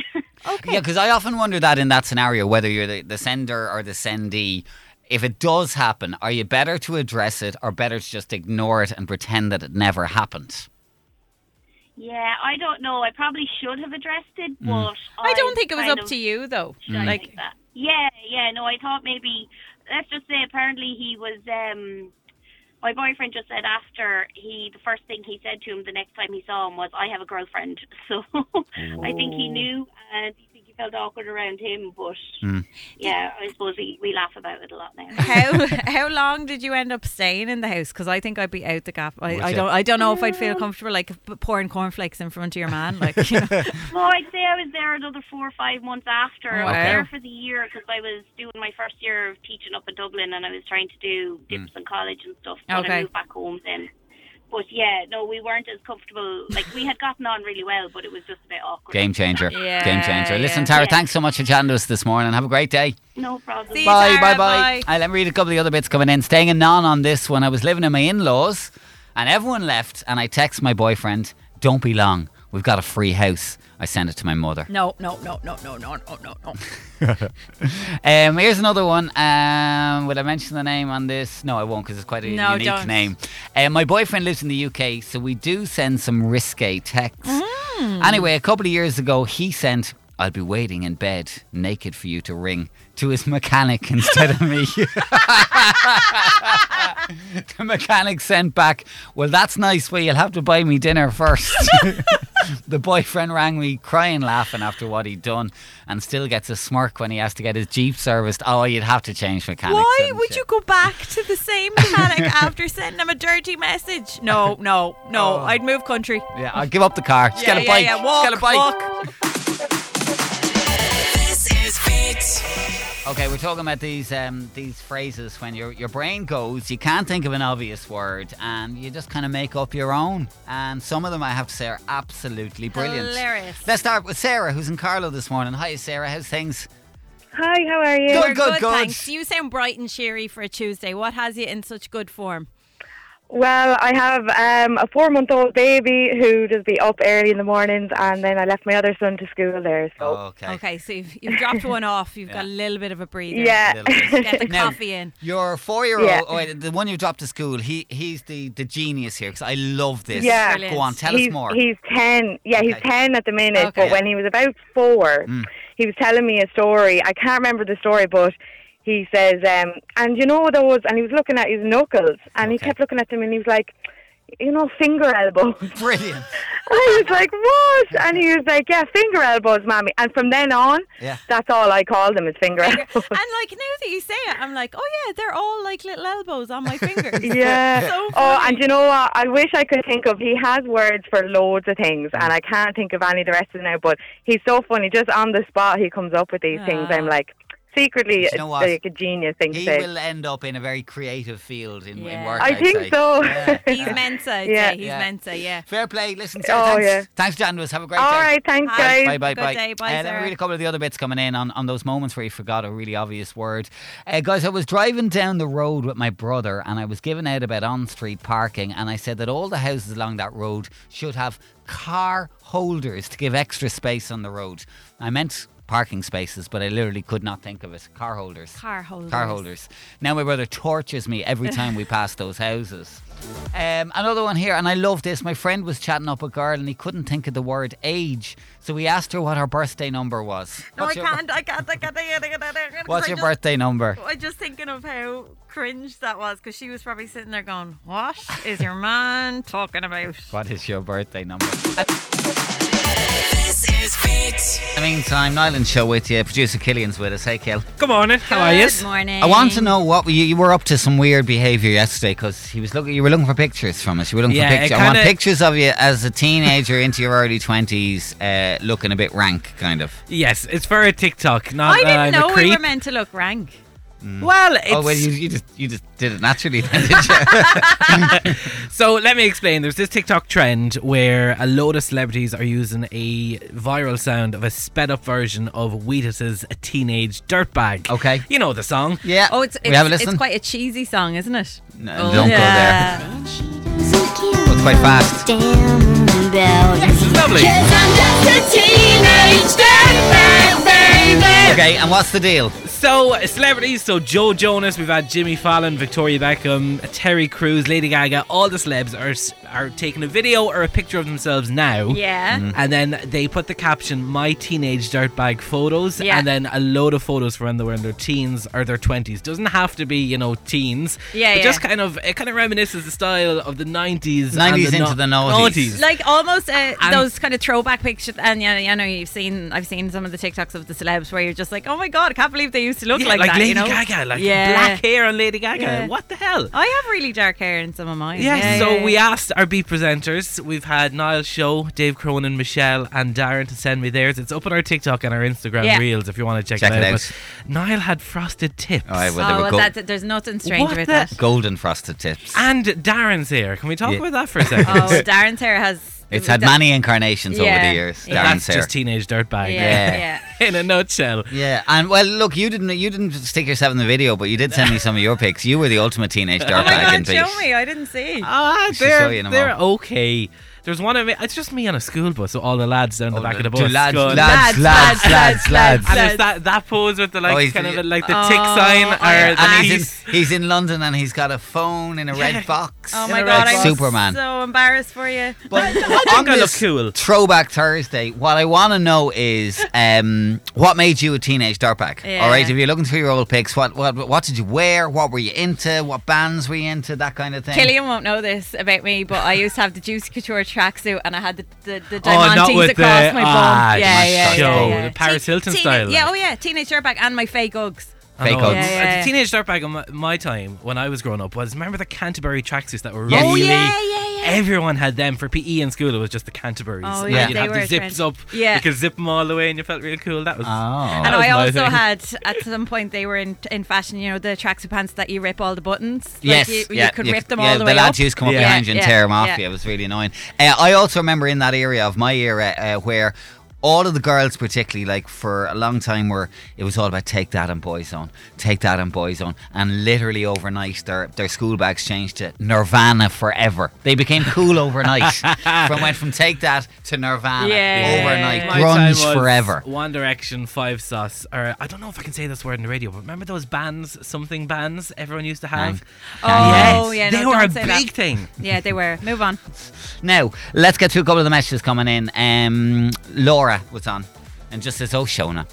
Speaker 6: okay,
Speaker 5: Yeah, because I often wonder that in that scenario, whether you're the, the sender or the sendee, if it does happen, are you better to address it or better to just ignore it and pretend that it never happened?
Speaker 9: yeah, I don't know. I probably should have addressed it,
Speaker 5: Mm.
Speaker 9: but
Speaker 6: I don't think it was
Speaker 9: kind
Speaker 6: up
Speaker 9: of-
Speaker 6: to you though.
Speaker 5: Hmm.
Speaker 9: I
Speaker 6: Like,
Speaker 9: think that. Yeah, yeah. No, I thought maybe. Let's just say, apparently he was. um My boyfriend just said after he, the first thing he
Speaker 4: Oh.
Speaker 9: said to him the next time he saw him was, "I have a girlfriend." So I think he knew, and he think he felt awkward around him, but
Speaker 4: Hmm.
Speaker 9: yeah, I suppose we, we laugh about it a lot now.
Speaker 6: How how long did you end up staying in the house? Because I think I'd be out the gap. I,
Speaker 5: Would
Speaker 6: I
Speaker 5: you?
Speaker 6: don't I don't know if I'd
Speaker 9: Mm.
Speaker 6: feel comfortable like p- pouring cornflakes in front of your man. Like you know.
Speaker 9: Well, I'd say I was there another four or five months after. I was
Speaker 5: Okay.
Speaker 9: there for the year because I was doing my first year of teaching up in Dublin and I was trying to
Speaker 4: Hmm.
Speaker 9: do dips in college and stuff. But
Speaker 6: Okay.
Speaker 9: I moved back home then. But yeah, no, we weren't as comfortable. Like, we had gotten on really well, but it was just a bit awkward.
Speaker 5: Game changer.
Speaker 6: Yeah,
Speaker 5: Game changer. Listen,
Speaker 6: yeah.
Speaker 5: Tara,
Speaker 9: Yeah.
Speaker 5: thanks so much for chatting to us this morning. Have a great day.
Speaker 9: No problem.
Speaker 6: See you,
Speaker 5: bye,
Speaker 6: Tara,
Speaker 5: bye, bye, Uh, Let me read a couple of the other bits coming in. Staying in non on this one. I was living in my in laws and everyone left, and I text my boyfriend, Don't be long. We've got a free house. I sent it to my mother.
Speaker 6: No, no, no, no, no, no, no, no, no.
Speaker 5: Um, here's another one. Um, will I mention the name on this? No, I won't because it's quite a
Speaker 6: No,
Speaker 5: unique
Speaker 6: don't.
Speaker 5: name. Um, my boyfriend lives in the UK, so we do send some risque texts.
Speaker 6: Mm.
Speaker 5: Anyway, a couple of years ago, he sent, I'll be waiting in bed, naked for you to ring, to his mechanic instead of me. the mechanic sent back, Well, that's nice, but you'll have to buy me dinner first. the boyfriend rang me crying, laughing after what he'd done, and still gets a smirk when he has to get his Jeep serviced. Oh, you'd have to change mechanics.
Speaker 6: Why
Speaker 5: and
Speaker 6: would
Speaker 5: shit.
Speaker 6: you go back to the same mechanic after sending him a dirty message? No, no, no.
Speaker 5: Oh.
Speaker 6: I'd move country.
Speaker 5: Yeah, I'll give up the car. Just
Speaker 6: yeah,
Speaker 5: get a bike.
Speaker 6: Yeah, yeah.
Speaker 5: Just
Speaker 6: Walk,
Speaker 5: get a bike.
Speaker 6: walk.
Speaker 4: This is Beat.
Speaker 5: Okay, we're talking about these um, these phrases when your your brain goes, you can't think of an obvious word, and you just kind of make up your own. And some of them, I have to say, are absolutely brilliant.
Speaker 6: Hilarious.
Speaker 5: Let's start with Sarah, who's in Carlo this morning. Hi, Sarah. How's things?
Speaker 10: Hi, how are you?
Speaker 5: Good, good, good.
Speaker 6: Thanks. You sound bright and cheery for a Tuesday. What has you in such good form?
Speaker 10: Well, I have um, a four month old baby who does be up early in the mornings, and then I left my other son to school there. So,
Speaker 5: Okay.
Speaker 6: Okay, so you've, you've dropped one off. You've got a little bit of a breather.
Speaker 10: yeah.
Speaker 5: Little bit.
Speaker 6: Get the
Speaker 5: Now-
Speaker 6: coffee in.
Speaker 5: Your four-year-old,
Speaker 10: Yeah.
Speaker 5: oh, wait, the one you dropped to school, he he's the, the genius here because I love this.
Speaker 10: Yeah.
Speaker 6: Brilliant.
Speaker 5: Go on, tell
Speaker 10: he's,
Speaker 5: us more.
Speaker 10: He's 10. Yeah, he's
Speaker 5: Okay. Mm.
Speaker 10: 10 at the minute.
Speaker 6: Okay.
Speaker 10: But when he was about four, he was telling me a story. I can't remember the story, but he says, um, and you know those, and he was looking at his knuckles, and he
Speaker 5: Okay.
Speaker 10: kept looking at them, and he was like, you know, finger elbows.
Speaker 5: Brilliant.
Speaker 10: And I was like, what? And he was like, yeah, finger elbows, mommy. And from then on,
Speaker 5: Yeah.
Speaker 10: that's all I call them is finger elbows.
Speaker 6: And like now that you say it, I'm like, oh yeah, they're all like little elbows on my fingers.
Speaker 10: Yeah.
Speaker 6: So
Speaker 10: oh,
Speaker 6: funny.
Speaker 10: and you know what? I wish I could think of. He has words for loads of things, and I can't think of any of the rest of it now. But he's so funny. Just on the spot, he comes up with these things. I'm
Speaker 6: Ah.
Speaker 10: like, secretly,
Speaker 5: you know
Speaker 10: it's
Speaker 5: what?
Speaker 10: like a genius thing to
Speaker 5: He
Speaker 10: say.
Speaker 5: will end up in a very creative field in, in
Speaker 6: Yeah.
Speaker 5: work.
Speaker 10: I
Speaker 5: I'd
Speaker 10: think
Speaker 5: say.
Speaker 10: so.
Speaker 5: Yeah.
Speaker 6: He's Mensa. I'd
Speaker 10: Yeah.
Speaker 6: say. He's
Speaker 5: Yeah.
Speaker 6: Mensa. Yeah.
Speaker 5: Fair play. Listen, Sarah,
Speaker 10: Oh,
Speaker 5: thanks.
Speaker 10: yeah.
Speaker 5: Thanks for chatting to us. Have a great
Speaker 10: All
Speaker 5: day.
Speaker 10: right, thanks,
Speaker 6: Hi.
Speaker 10: guys.
Speaker 5: Bye, bye,
Speaker 6: Good
Speaker 5: bye.
Speaker 6: day. Bye,
Speaker 5: uh, let me
Speaker 6: Sarah.
Speaker 5: read a couple of the other bits coming in on, on those moments where you forgot a really obvious word. Uh, guys, I was driving down the road with my brother and I was giving out about on street parking, and I said that all the houses along that road should have car holders to give extra space on the road. I meant parking spaces, but I literally could not think of it. Car holders.
Speaker 6: Car holders.
Speaker 5: Car holders. Now my brother tortures me every time we pass those houses. Um, another one here, and I love this. My friend was chatting up a girl, and he couldn't think of the word age, so he asked her what her birthday number was.
Speaker 6: No, I
Speaker 5: What's your-
Speaker 6: can't. I can't. I can't. I can't. I can't. I can't 'cause
Speaker 5: What's
Speaker 6: I
Speaker 5: your
Speaker 6: just-
Speaker 5: birthday number?
Speaker 6: I'm just thinking of how cringe that was because she was probably sitting there going, "What is your man talking about?"
Speaker 5: What is your birthday number?
Speaker 4: This is Beat.
Speaker 5: In the meantime, Nyland show with you. Producer Killian's with us. Hey, Kill.
Speaker 8: Good morning. How are you?
Speaker 6: Good morning.
Speaker 5: I want to know what you, you were up to. Some weird behaviour yesterday because he was looking. You were looking for pictures from us. You were looking
Speaker 8: Yeah,
Speaker 5: for
Speaker 8: it
Speaker 5: pictures. I want
Speaker 8: kinda-
Speaker 5: pictures of you as a teenager into your early twenties, uh, looking a bit rank, kind of.
Speaker 8: Yes, it's for a TikTok. Not,
Speaker 6: I didn't
Speaker 8: uh, I'm a
Speaker 6: know we were
Speaker 8: creep.
Speaker 6: meant to look rank.
Speaker 8: Well, it's,
Speaker 5: Oh well, you, you just you just did it naturally, then, did you?
Speaker 8: So let me explain. There's this TikTok trend where a load of celebrities are using a viral sound of a sped up version of Wheatus's Teenage Dirtbag.
Speaker 5: Okay.
Speaker 8: You know the song.
Speaker 5: Yeah.
Speaker 6: Oh, it's it's,
Speaker 5: we have a listen.
Speaker 6: it's quite a cheesy song, isn't it?
Speaker 5: No, don't
Speaker 6: yeah. go
Speaker 5: go there. It's quite fast.
Speaker 8: This is lovely.
Speaker 5: Okay, and what's the deal?
Speaker 8: So celebrities, so Joe Jonas, we've had Jimmy Fallon, Victoria Beckham, Terry Crews, Lady Gaga, all the celebs are s- are taking a video or a picture of themselves now.
Speaker 6: Yeah.
Speaker 8: And then they put the caption "My teenage dirtbag photos,"
Speaker 6: Yeah.
Speaker 8: and then a load of photos from when they were in their teens or their twenties. Doesn't have to be, you know, teens.
Speaker 6: Yeah,
Speaker 8: But
Speaker 6: yeah.
Speaker 8: just kind of it kind of reminisces the style of the nineties.
Speaker 5: 90s into the noughties.
Speaker 6: Like almost uh,
Speaker 8: And-
Speaker 6: those kind of throwback pictures, and yeah, you know, you've seen, I've seen some of the TikToks of the celebs where you're just like, oh my god, I can't believe they used to look
Speaker 8: Yeah,
Speaker 6: like,
Speaker 8: like
Speaker 6: that.
Speaker 8: Lady
Speaker 6: you know?
Speaker 8: Gaga, like
Speaker 6: Yeah.
Speaker 8: black hair on Lady Gaga.
Speaker 6: Yeah.
Speaker 8: What the hell?
Speaker 6: I have really dark hair in some of mine.
Speaker 8: Yeah,
Speaker 6: yeah
Speaker 8: so
Speaker 6: yeah,
Speaker 8: we
Speaker 6: yeah.
Speaker 8: asked our beat presenters. We've had Niall Show, Dave Cronin, Michelle, and Darren to send me theirs. It's up on our TikTok and our Instagram
Speaker 6: Yeah.
Speaker 8: reels if you want to check,
Speaker 5: Check
Speaker 8: it,
Speaker 5: it
Speaker 8: out.
Speaker 5: out.
Speaker 8: But Niall had frosted tips.
Speaker 5: All right, well,
Speaker 6: oh,
Speaker 5: they were
Speaker 6: well,
Speaker 5: go-
Speaker 6: that's it. there's nothing strange
Speaker 8: What
Speaker 6: about
Speaker 8: the-
Speaker 6: that.
Speaker 5: golden frosted tips.
Speaker 6: Ah,
Speaker 8: And Darren's here. Can we talk
Speaker 5: Yeah.
Speaker 8: about that for a second?
Speaker 6: Oh, Darren's hair has.
Speaker 5: It's had
Speaker 6: that-
Speaker 5: many incarnations over
Speaker 6: Yeah.
Speaker 5: the years.
Speaker 6: Yeah.
Speaker 5: Darren's
Speaker 8: That's
Speaker 5: hair.
Speaker 8: just teenage
Speaker 6: Yeah,
Speaker 8: dirtbag.
Speaker 5: Yeah.
Speaker 6: yeah.
Speaker 8: In a nutshell.
Speaker 5: Yeah, and well, look, you didn't you didn't stick yourself in the video, but you did send me some of your pics. You were the ultimate teenage
Speaker 6: Oh my
Speaker 5: dirtbag in
Speaker 6: god, show
Speaker 5: peace.
Speaker 6: me! I didn't see.
Speaker 8: Ah,
Speaker 5: should show
Speaker 8: they're,
Speaker 5: you in a
Speaker 8: they're
Speaker 5: moment.
Speaker 8: okay. There's one of me. It's just me on a school bus, so all the lads down the
Speaker 5: Oh,
Speaker 8: back
Speaker 5: the-
Speaker 8: of the
Speaker 5: two
Speaker 8: bus.
Speaker 5: lads,
Speaker 8: going-
Speaker 5: lads, lads,
Speaker 6: Lads,
Speaker 5: lads,
Speaker 6: lads, lads.
Speaker 5: lads.
Speaker 8: And
Speaker 6: lads.
Speaker 8: it's that, that pose with the like
Speaker 5: Oh, he's-
Speaker 8: kind of like the tick
Speaker 6: Oh,
Speaker 8: sign or
Speaker 6: yeah.
Speaker 8: the
Speaker 5: And
Speaker 8: knees.
Speaker 5: he's in, he's in London and he's got a phone in a
Speaker 8: Yeah.
Speaker 5: red box.
Speaker 6: Oh
Speaker 5: In
Speaker 6: my
Speaker 5: a
Speaker 6: god,
Speaker 5: red
Speaker 6: I'm
Speaker 5: box. Superman.
Speaker 6: so embarrassed for you.
Speaker 5: But
Speaker 8: think
Speaker 5: on
Speaker 8: I look
Speaker 5: this
Speaker 8: cool.
Speaker 5: Throwback Thursday. What I want to know is um, what made you a teenage dirtbag.
Speaker 6: Yeah.
Speaker 5: All right, if you're looking through your old pics, what what what did you wear? What were you into? What bands were you into? That kind of thing.
Speaker 6: Killian won't know this about me, but I used to have the Juicy Couture tracksuit and I had the, the, the
Speaker 8: Oh, not
Speaker 6: diamantes
Speaker 8: with
Speaker 6: across
Speaker 8: the-
Speaker 6: my bum.
Speaker 8: ah,
Speaker 6: yeah,
Speaker 5: my
Speaker 6: yeah,
Speaker 5: God.
Speaker 6: yeah,
Speaker 5: Yo,
Speaker 6: yeah.
Speaker 8: the Paris
Speaker 6: Teen-
Speaker 8: Hilton
Speaker 6: teen-
Speaker 8: style.
Speaker 6: Yeah, oh yeah, teenage dirtbag and my fake Uggs.
Speaker 8: I
Speaker 5: Fake
Speaker 8: know.
Speaker 5: Uggs.
Speaker 6: Yeah, yeah, yeah.
Speaker 8: The teenage dirtbag in my, my time when I was growing up was remember the Canterbury tracksuits that were
Speaker 5: Yes.
Speaker 6: Oh
Speaker 8: really
Speaker 6: yeah, yeah, yeah.
Speaker 8: everyone had them for PE in school. It was just the Canterburys.
Speaker 6: Oh,
Speaker 8: And
Speaker 5: yeah,
Speaker 8: you'd
Speaker 6: they
Speaker 8: have
Speaker 6: were
Speaker 8: the zips
Speaker 6: trendy.
Speaker 8: up.
Speaker 6: Yeah.
Speaker 8: you could zip them all the way, and you felt really cool. That was.
Speaker 5: Oh.
Speaker 6: And
Speaker 8: That was
Speaker 6: I
Speaker 8: my
Speaker 6: also
Speaker 8: thing.
Speaker 6: had at some point they were in in fashion, you know, the tracksuit pants that you rip all the buttons. Like,
Speaker 5: yes,
Speaker 6: you,
Speaker 5: yeah,
Speaker 6: you could
Speaker 5: you
Speaker 6: rip
Speaker 5: c-
Speaker 6: them
Speaker 5: yeah,
Speaker 6: all the way
Speaker 5: lads
Speaker 6: up.
Speaker 5: used to come up
Speaker 8: Yeah.
Speaker 5: behind you and
Speaker 6: Yeah,
Speaker 5: tear
Speaker 6: yeah,
Speaker 5: them off
Speaker 6: yeah.
Speaker 5: you. It was really annoying. Uh, I also remember in that area of my era uh, where all of the girls, particularly, like for a long time, were it was all about take that and boys on, take that and boys on, and literally overnight their their school bags changed to Nirvana forever. They became cool overnight. from went from take that to Nirvana
Speaker 6: Yeah.
Speaker 5: overnight,
Speaker 6: My
Speaker 8: time was
Speaker 5: grunge forever.
Speaker 8: One Direction, Five Sauce, or I don't know if I can say this word on the radio, but remember those bands, something bands everyone used to have?
Speaker 6: Oh,
Speaker 5: Ah,
Speaker 8: Yes.
Speaker 6: yeah,
Speaker 8: they
Speaker 6: no,
Speaker 8: were
Speaker 6: don't
Speaker 8: a
Speaker 6: say
Speaker 8: big
Speaker 6: that.
Speaker 8: thing.
Speaker 6: Yeah, they were. Move on.
Speaker 5: Now, let's get to a couple of the messages coming in. Um, Laura was on and just says, Oh, Shona,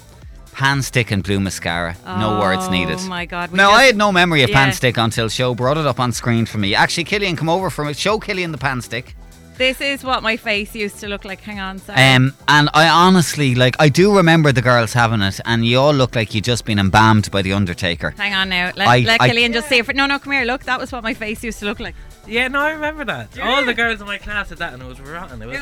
Speaker 5: pan stick and blue mascara. No words needed.
Speaker 6: Oh my god. we
Speaker 5: Now,
Speaker 6: just-
Speaker 5: I had no memory of
Speaker 6: Yeah.
Speaker 5: pan stick until Show brought it up on screen for me. Actually, Killian, come over for me. Show Killian the pan stick.
Speaker 6: This is what my face used to look like. Hang on, sorry.
Speaker 5: Um, and I honestly, like, I do remember the girls having it, and you all look like you just been embalmed by The Undertaker.
Speaker 6: Hang on now. Let,
Speaker 5: I-
Speaker 6: let
Speaker 5: I-
Speaker 6: Killian just see if No, no, come here. Look, that was what my face used to look like.
Speaker 8: Yeah, no, I remember that. All the girls in my class had that, and it was rotten. It was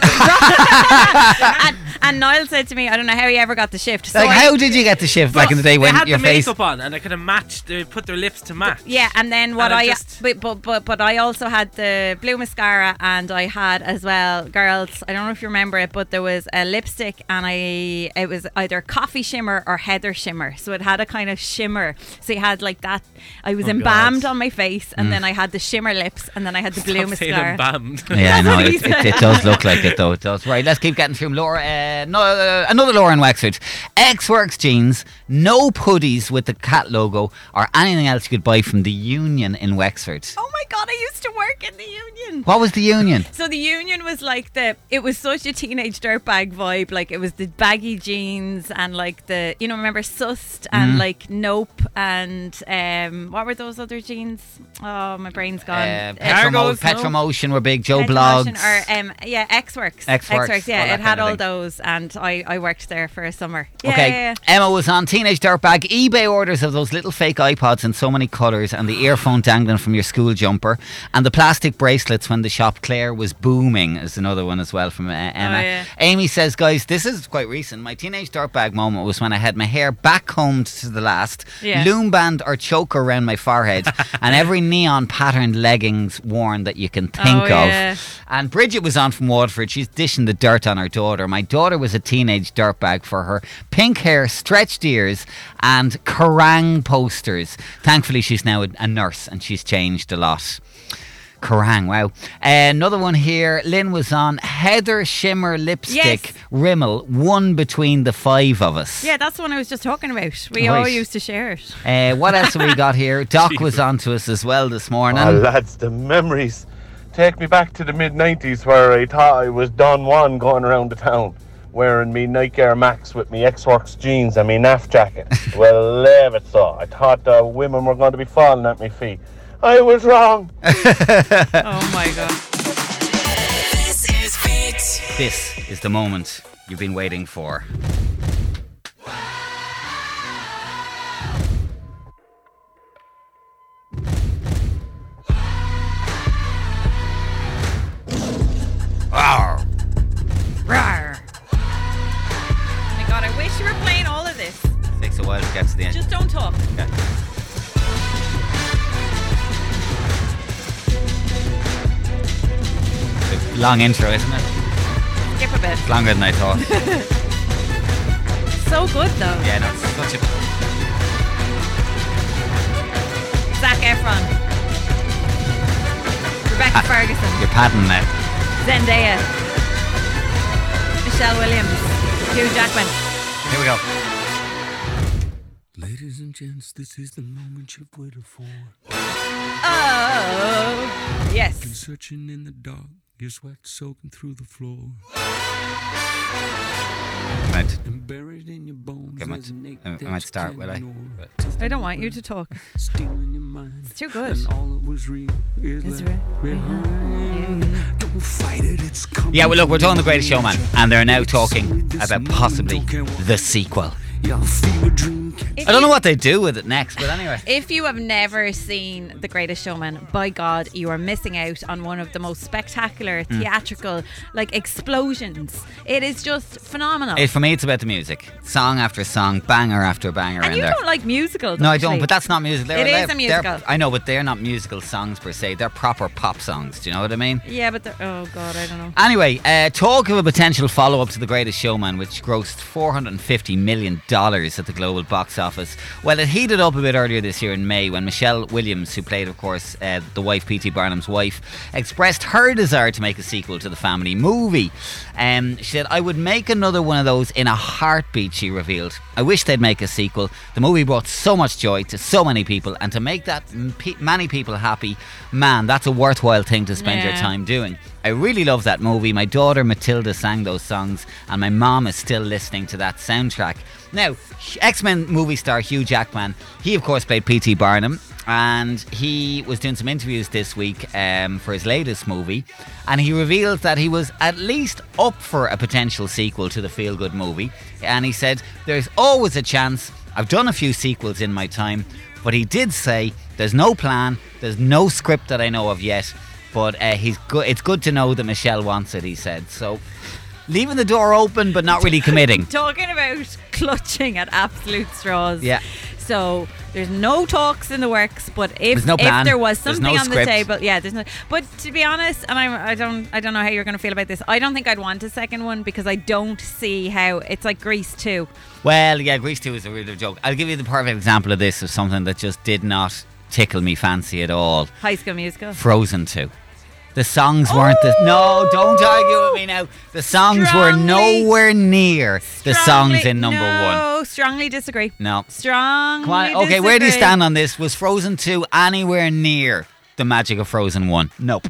Speaker 6: and, and Niall said to me, I don't know how he ever got the shift. So
Speaker 5: Uh, Like,
Speaker 6: I-
Speaker 5: how did you get the shift back in the day
Speaker 8: They
Speaker 5: when
Speaker 8: had
Speaker 5: your
Speaker 8: the
Speaker 5: face.
Speaker 8: makeup on, and they could have matched. They put their lips to match.
Speaker 6: Yeah, and then what
Speaker 8: And I
Speaker 6: I,
Speaker 8: just-
Speaker 6: but, but but but I also had the blue mascara, and I had as well, girls. I don't know if you remember it, but there was a lipstick, and I it was either coffee shimmer or heather shimmer, so it had a kind of shimmer. So you had like that. I was
Speaker 8: Oh,
Speaker 6: embalmed
Speaker 8: God. Mm.
Speaker 6: on my face, and then I had the shimmer lips, and then I had the blue
Speaker 8: Stop saying
Speaker 6: mascara.
Speaker 8: embalmed.
Speaker 5: Yeah, no,
Speaker 6: what he
Speaker 5: it, it, it does look like it though. It does. Right, let's keep getting through Laura. Uh, no, uh, another Laura in Wexford. X Works jeans, no putties with the cat logo or anything else you could buy from the Union in Wexford.
Speaker 6: Oh my god, I used to work in the union.
Speaker 5: What was the Union?
Speaker 6: So the union was like the it was such a teenage dirtbag vibe. Like it was the baggy jeans and like the you know remember Sust
Speaker 5: Mm.
Speaker 6: and like Nope and um what were those other jeans? Oh my brain's gone.
Speaker 5: Uh,
Speaker 8: Cargos,
Speaker 5: Petromo-
Speaker 8: no?
Speaker 5: Petromotion were big. Joe
Speaker 6: Petimotion
Speaker 5: Blogs.
Speaker 6: or um, yeah, X Works.
Speaker 5: Xworks, all
Speaker 6: yeah,
Speaker 5: that
Speaker 6: it had
Speaker 5: kinda
Speaker 6: all
Speaker 5: thing.
Speaker 6: those, and I, I worked there for a summer. Yeah,
Speaker 5: Okay,
Speaker 6: yeah, yeah.
Speaker 5: Emma was on teenage dirtbag eBay orders of those little fake iPods in so many colours, and the earphone dangling from your school jumper, and the plastic bracelets when the shop Claire was booming is another one as well from uh, Emma.
Speaker 6: Oh, yeah.
Speaker 5: Amy says, guys, this is quite recent. My teenage dirtbag moment was when I had my hair back combed to the last,
Speaker 6: Yeah.
Speaker 5: loom band or choker around my forehead, and every neon patterned leggings worn that you can think
Speaker 6: Oh,
Speaker 5: of.
Speaker 6: yeah.
Speaker 5: And Bridget was on from Waterford. She's dishing the dirt on her daughter. My daughter was a teenage dirtbag for her pink hair, stretched ears, and Kerrang posters. Thankfully, she's now a, a nurse and she's changed a lot. Kerrang, wow. Uh, another one here. Lynn was on Heather Shimmer Lipstick
Speaker 6: Yes.
Speaker 5: Rimmel, one between the five of us.
Speaker 6: Yeah, that's the one I was just talking about. We all
Speaker 5: Right.
Speaker 6: used to share it.
Speaker 5: Uh, what else have we got here? Doc was on to us as well this morning.
Speaker 12: Oh, lads, the memories take me back to the mid 90s where I thought I was Don Juan going around the town wearing me Nightgear Max with me X Works jeans and me NAF jacket. well, leave it so. I thought the women were going to be falling at my feet. I was wrong.
Speaker 6: Oh my god.
Speaker 4: This is Beat.
Speaker 5: This is the moment you've been waiting for. Wow.
Speaker 6: Oh my god, I wish you were playing all of this.
Speaker 5: Takes a while to get to the end.
Speaker 6: Just don't talk.
Speaker 5: Long intro, isn't it?
Speaker 6: Skip a bit.
Speaker 5: It's longer than I thought.
Speaker 6: So good though.
Speaker 5: yeah, no, it's such a.
Speaker 6: Zac Efron. Rebecca
Speaker 5: Ah.
Speaker 6: Ferguson.
Speaker 5: You're padding now.
Speaker 6: Zendaya. Michelle Williams. Hugh Jackman.
Speaker 5: Here we go.
Speaker 13: Ladies and gents, this is the moment you've waited for.
Speaker 6: Oh. Yes.
Speaker 13: Searching in the dark, your sweat soaking through the floor.
Speaker 5: Right.
Speaker 13: And buried in your bones,
Speaker 5: I might,
Speaker 13: there's an ache
Speaker 5: I
Speaker 13: that
Speaker 5: might
Speaker 13: you
Speaker 5: start,
Speaker 13: can't
Speaker 5: will I?
Speaker 13: ignore.
Speaker 6: I don't want you to talk.
Speaker 13: Stealing your mind.
Speaker 6: It's too good.
Speaker 13: And all that was real is
Speaker 6: Is
Speaker 13: left behind. Don't fight it, it's coming.
Speaker 5: Yeah, well, look, we're talking The Greatest Showman, and they're now talking about possibly the sequel.
Speaker 13: Your fever dream can
Speaker 5: I don't know what they do with it next, but anyway.
Speaker 6: If you have never seen The Greatest Showman, by God, you are missing out on one of the most spectacular,
Speaker 5: Hmm.
Speaker 6: theatrical, like explosions. It is just phenomenal.
Speaker 5: It, for me, it's about the music. Song after song, banger after banger
Speaker 6: and
Speaker 5: in
Speaker 6: you
Speaker 5: there.
Speaker 6: don't like musicals.
Speaker 5: no, I
Speaker 6: actually.
Speaker 5: don't, but that's not music. They're,
Speaker 6: It is
Speaker 5: allowed-
Speaker 6: a
Speaker 5: they're-
Speaker 6: musical.
Speaker 5: I know, but they're not musical songs per se. They're proper pop songs. Do you know what I mean?
Speaker 6: Yeah, but the- oh God, I don't know.
Speaker 5: Anyway, uh, talk of a potential follow up to The Greatest Showman, which grossed $450 million at the global box office. Well, it heated up a bit earlier this year in May when Michelle Williams, who played, of course, uh, the wife, P.T. Barnum's wife, expressed her desire to make a sequel to the family movie. Um, she said, I would make another one of those in a heartbeat, she revealed. I wish they'd make a sequel. The movie brought so much joy to so many people, and to make that m- pe- many people happy, man, that's a worthwhile thing to spend your
Speaker 6: Yeah.
Speaker 5: time doing. I really love that movie. My daughter Matilda sang those songs, and my mom is still listening to that soundtrack. Now, X Men movie star Hugh Jackman, he of course played P.T. Barnum, and he was doing some interviews this week um, for his latest movie, and he revealed that he was at least up for a potential sequel to the Feel Good movie. And he said, There's always a chance. I've done a few sequels in my time, but he did say, There's no plan, there's no script that I know of yet. But uh, he's good. It's good to know that Michelle wants it. He said so, leaving the door open but not really committing.
Speaker 6: Talking about clutching at absolute straws.
Speaker 5: Yeah.
Speaker 6: So there's no talks in the works, but if,
Speaker 5: There's no plan.
Speaker 6: if there was
Speaker 5: There's
Speaker 6: something
Speaker 5: no
Speaker 6: on
Speaker 5: script.
Speaker 6: the table, yeah, there's no. But to be honest, and I'm, I don't, I don't know how you're going to feel about this. I don't think I'd want a second one because I don't see how it's like Grease too.
Speaker 5: Well, yeah, Grease Two is a real joke. I'll give you the perfect example of this of something that just did not tickle me fancy at all.
Speaker 6: High School Musical.
Speaker 5: Frozen Two. The songs weren't the no. Don't argue with me now. The songs were
Speaker 6: Strongly-
Speaker 5: nowhere near the
Speaker 6: Strongly-
Speaker 5: songs in number one.
Speaker 6: No, strongly disagree.
Speaker 5: No.
Speaker 6: Strongly.
Speaker 5: Come on. Okay, where do you
Speaker 6: disagree.
Speaker 5: stand on this? Was Frozen Two anywhere near the magic of Frozen One? Nope.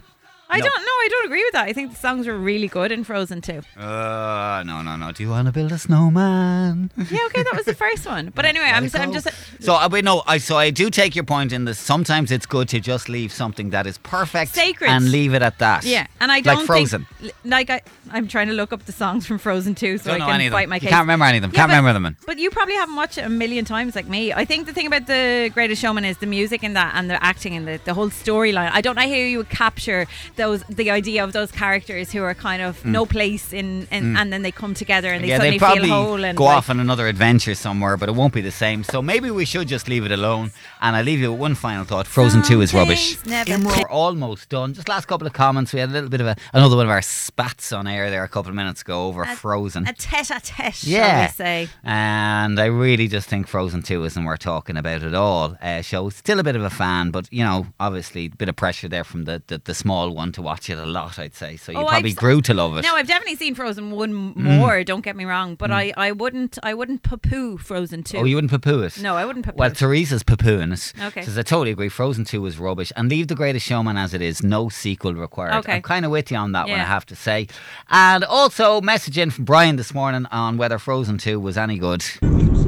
Speaker 6: I
Speaker 5: No.
Speaker 6: don't know. I don't agree with that. I think the songs were really good in Frozen too.
Speaker 5: Uh, no, no, no. Do you want to build a snowman?
Speaker 6: Yeah, okay, that was the first one. But anyway, I'm, s- I'm just.
Speaker 5: So I but no, I so I do take your point in this. Sometimes it's good to just leave something that is perfect,
Speaker 6: Sacred.
Speaker 5: and leave it at that.
Speaker 6: Yeah, and I don't
Speaker 5: like Frozen.
Speaker 6: Think, l- like I, I'm trying to look up the songs from Frozen 2 so
Speaker 5: Don't
Speaker 6: I
Speaker 5: know
Speaker 6: can
Speaker 5: any of them.
Speaker 6: fight my
Speaker 5: You
Speaker 6: case.
Speaker 5: can't remember any of them.
Speaker 6: Yeah,
Speaker 5: Can't
Speaker 6: but-
Speaker 5: remember them in.
Speaker 6: But you probably haven't watched it a million times like me. I think the thing about the Greatest Showman is the music in that and the acting and the, the whole storyline. I don't know how you would capture those the idea of those characters who are kind of no place in, in and then they come together and they
Speaker 5: Mm. yeah, they
Speaker 6: suddenly feel
Speaker 5: probably
Speaker 6: whole and
Speaker 5: go
Speaker 6: like-
Speaker 5: off on another adventure somewhere, but it won't be the same. So maybe we should just leave it alone. And I leave you with one final thought: Frozen Two is
Speaker 6: Some
Speaker 5: rubbish.
Speaker 6: things never
Speaker 5: We're almost done. Just last couple of comments. We had a little bit of a, another one of our spats on air there a couple of minutes ago over Frozen.
Speaker 6: A tete a tete, shall
Speaker 5: Yeah.
Speaker 6: we say.
Speaker 5: And I really just think Frozen 2 isn't worth talking about at all. Uh, show still a bit of a fan, but you know, obviously a bit of pressure there from the, the, the small one to watch it at a lot, I'd say. So you
Speaker 6: Oh, I've
Speaker 5: probably
Speaker 6: s-
Speaker 5: grew to love it.
Speaker 6: No, I've definitely seen Frozen one
Speaker 5: Mm.
Speaker 6: more. Don't get me wrong, but I, I wouldn't I wouldn't poo Frozen two.
Speaker 5: Oh, you wouldn't poo it?
Speaker 6: No, I wouldn't poo.
Speaker 5: Well, Teresa's poo-pooing it.
Speaker 6: Okay.
Speaker 5: Says, I totally agree. Frozen 2 was rubbish. And leave The Greatest Showman as it is. No sequel required.
Speaker 6: Okay.
Speaker 5: I'm kind of with you on that one, I
Speaker 6: Yeah.
Speaker 5: have to say. And also, message in from Brian this morning on whether Frozen 2 was any good.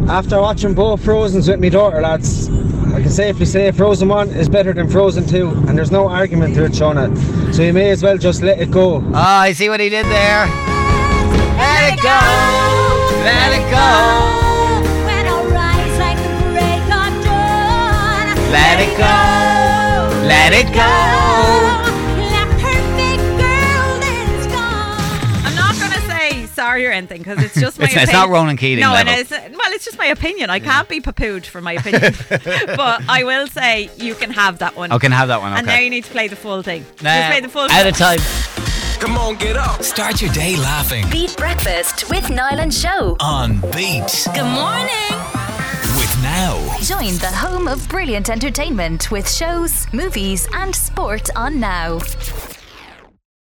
Speaker 14: After watching both Frozen's with my daughter, lads, I can safely say Frozen 1 is better than Frozen 2, and there's no argument to it, Shauna. So you may as well just let it go.
Speaker 5: Ah, I see what he did there. Let it go. Let it go. Let it go. Let it go.
Speaker 6: I'm not gonna say sorry or anything because it's just my.
Speaker 5: It's- it's
Speaker 6: opinion.
Speaker 5: not Ronan Keating
Speaker 6: No, and
Speaker 5: level.
Speaker 6: it's well, it's just my opinion. I can't be poo for my opinion, but I will say you can have that one.
Speaker 5: Oh, can have that one,
Speaker 6: And
Speaker 5: okay.
Speaker 6: now you need to play the full thing.
Speaker 5: Nah,
Speaker 6: Just play the full.
Speaker 5: Out of time.
Speaker 2: Come on, get up. Start your day laughing
Speaker 3: Beat Breakfast with Niall and Show.
Speaker 2: on Beat
Speaker 3: Good morning.
Speaker 2: with Now.
Speaker 3: Join the home of brilliant entertainment with shows, movies, and sport on now.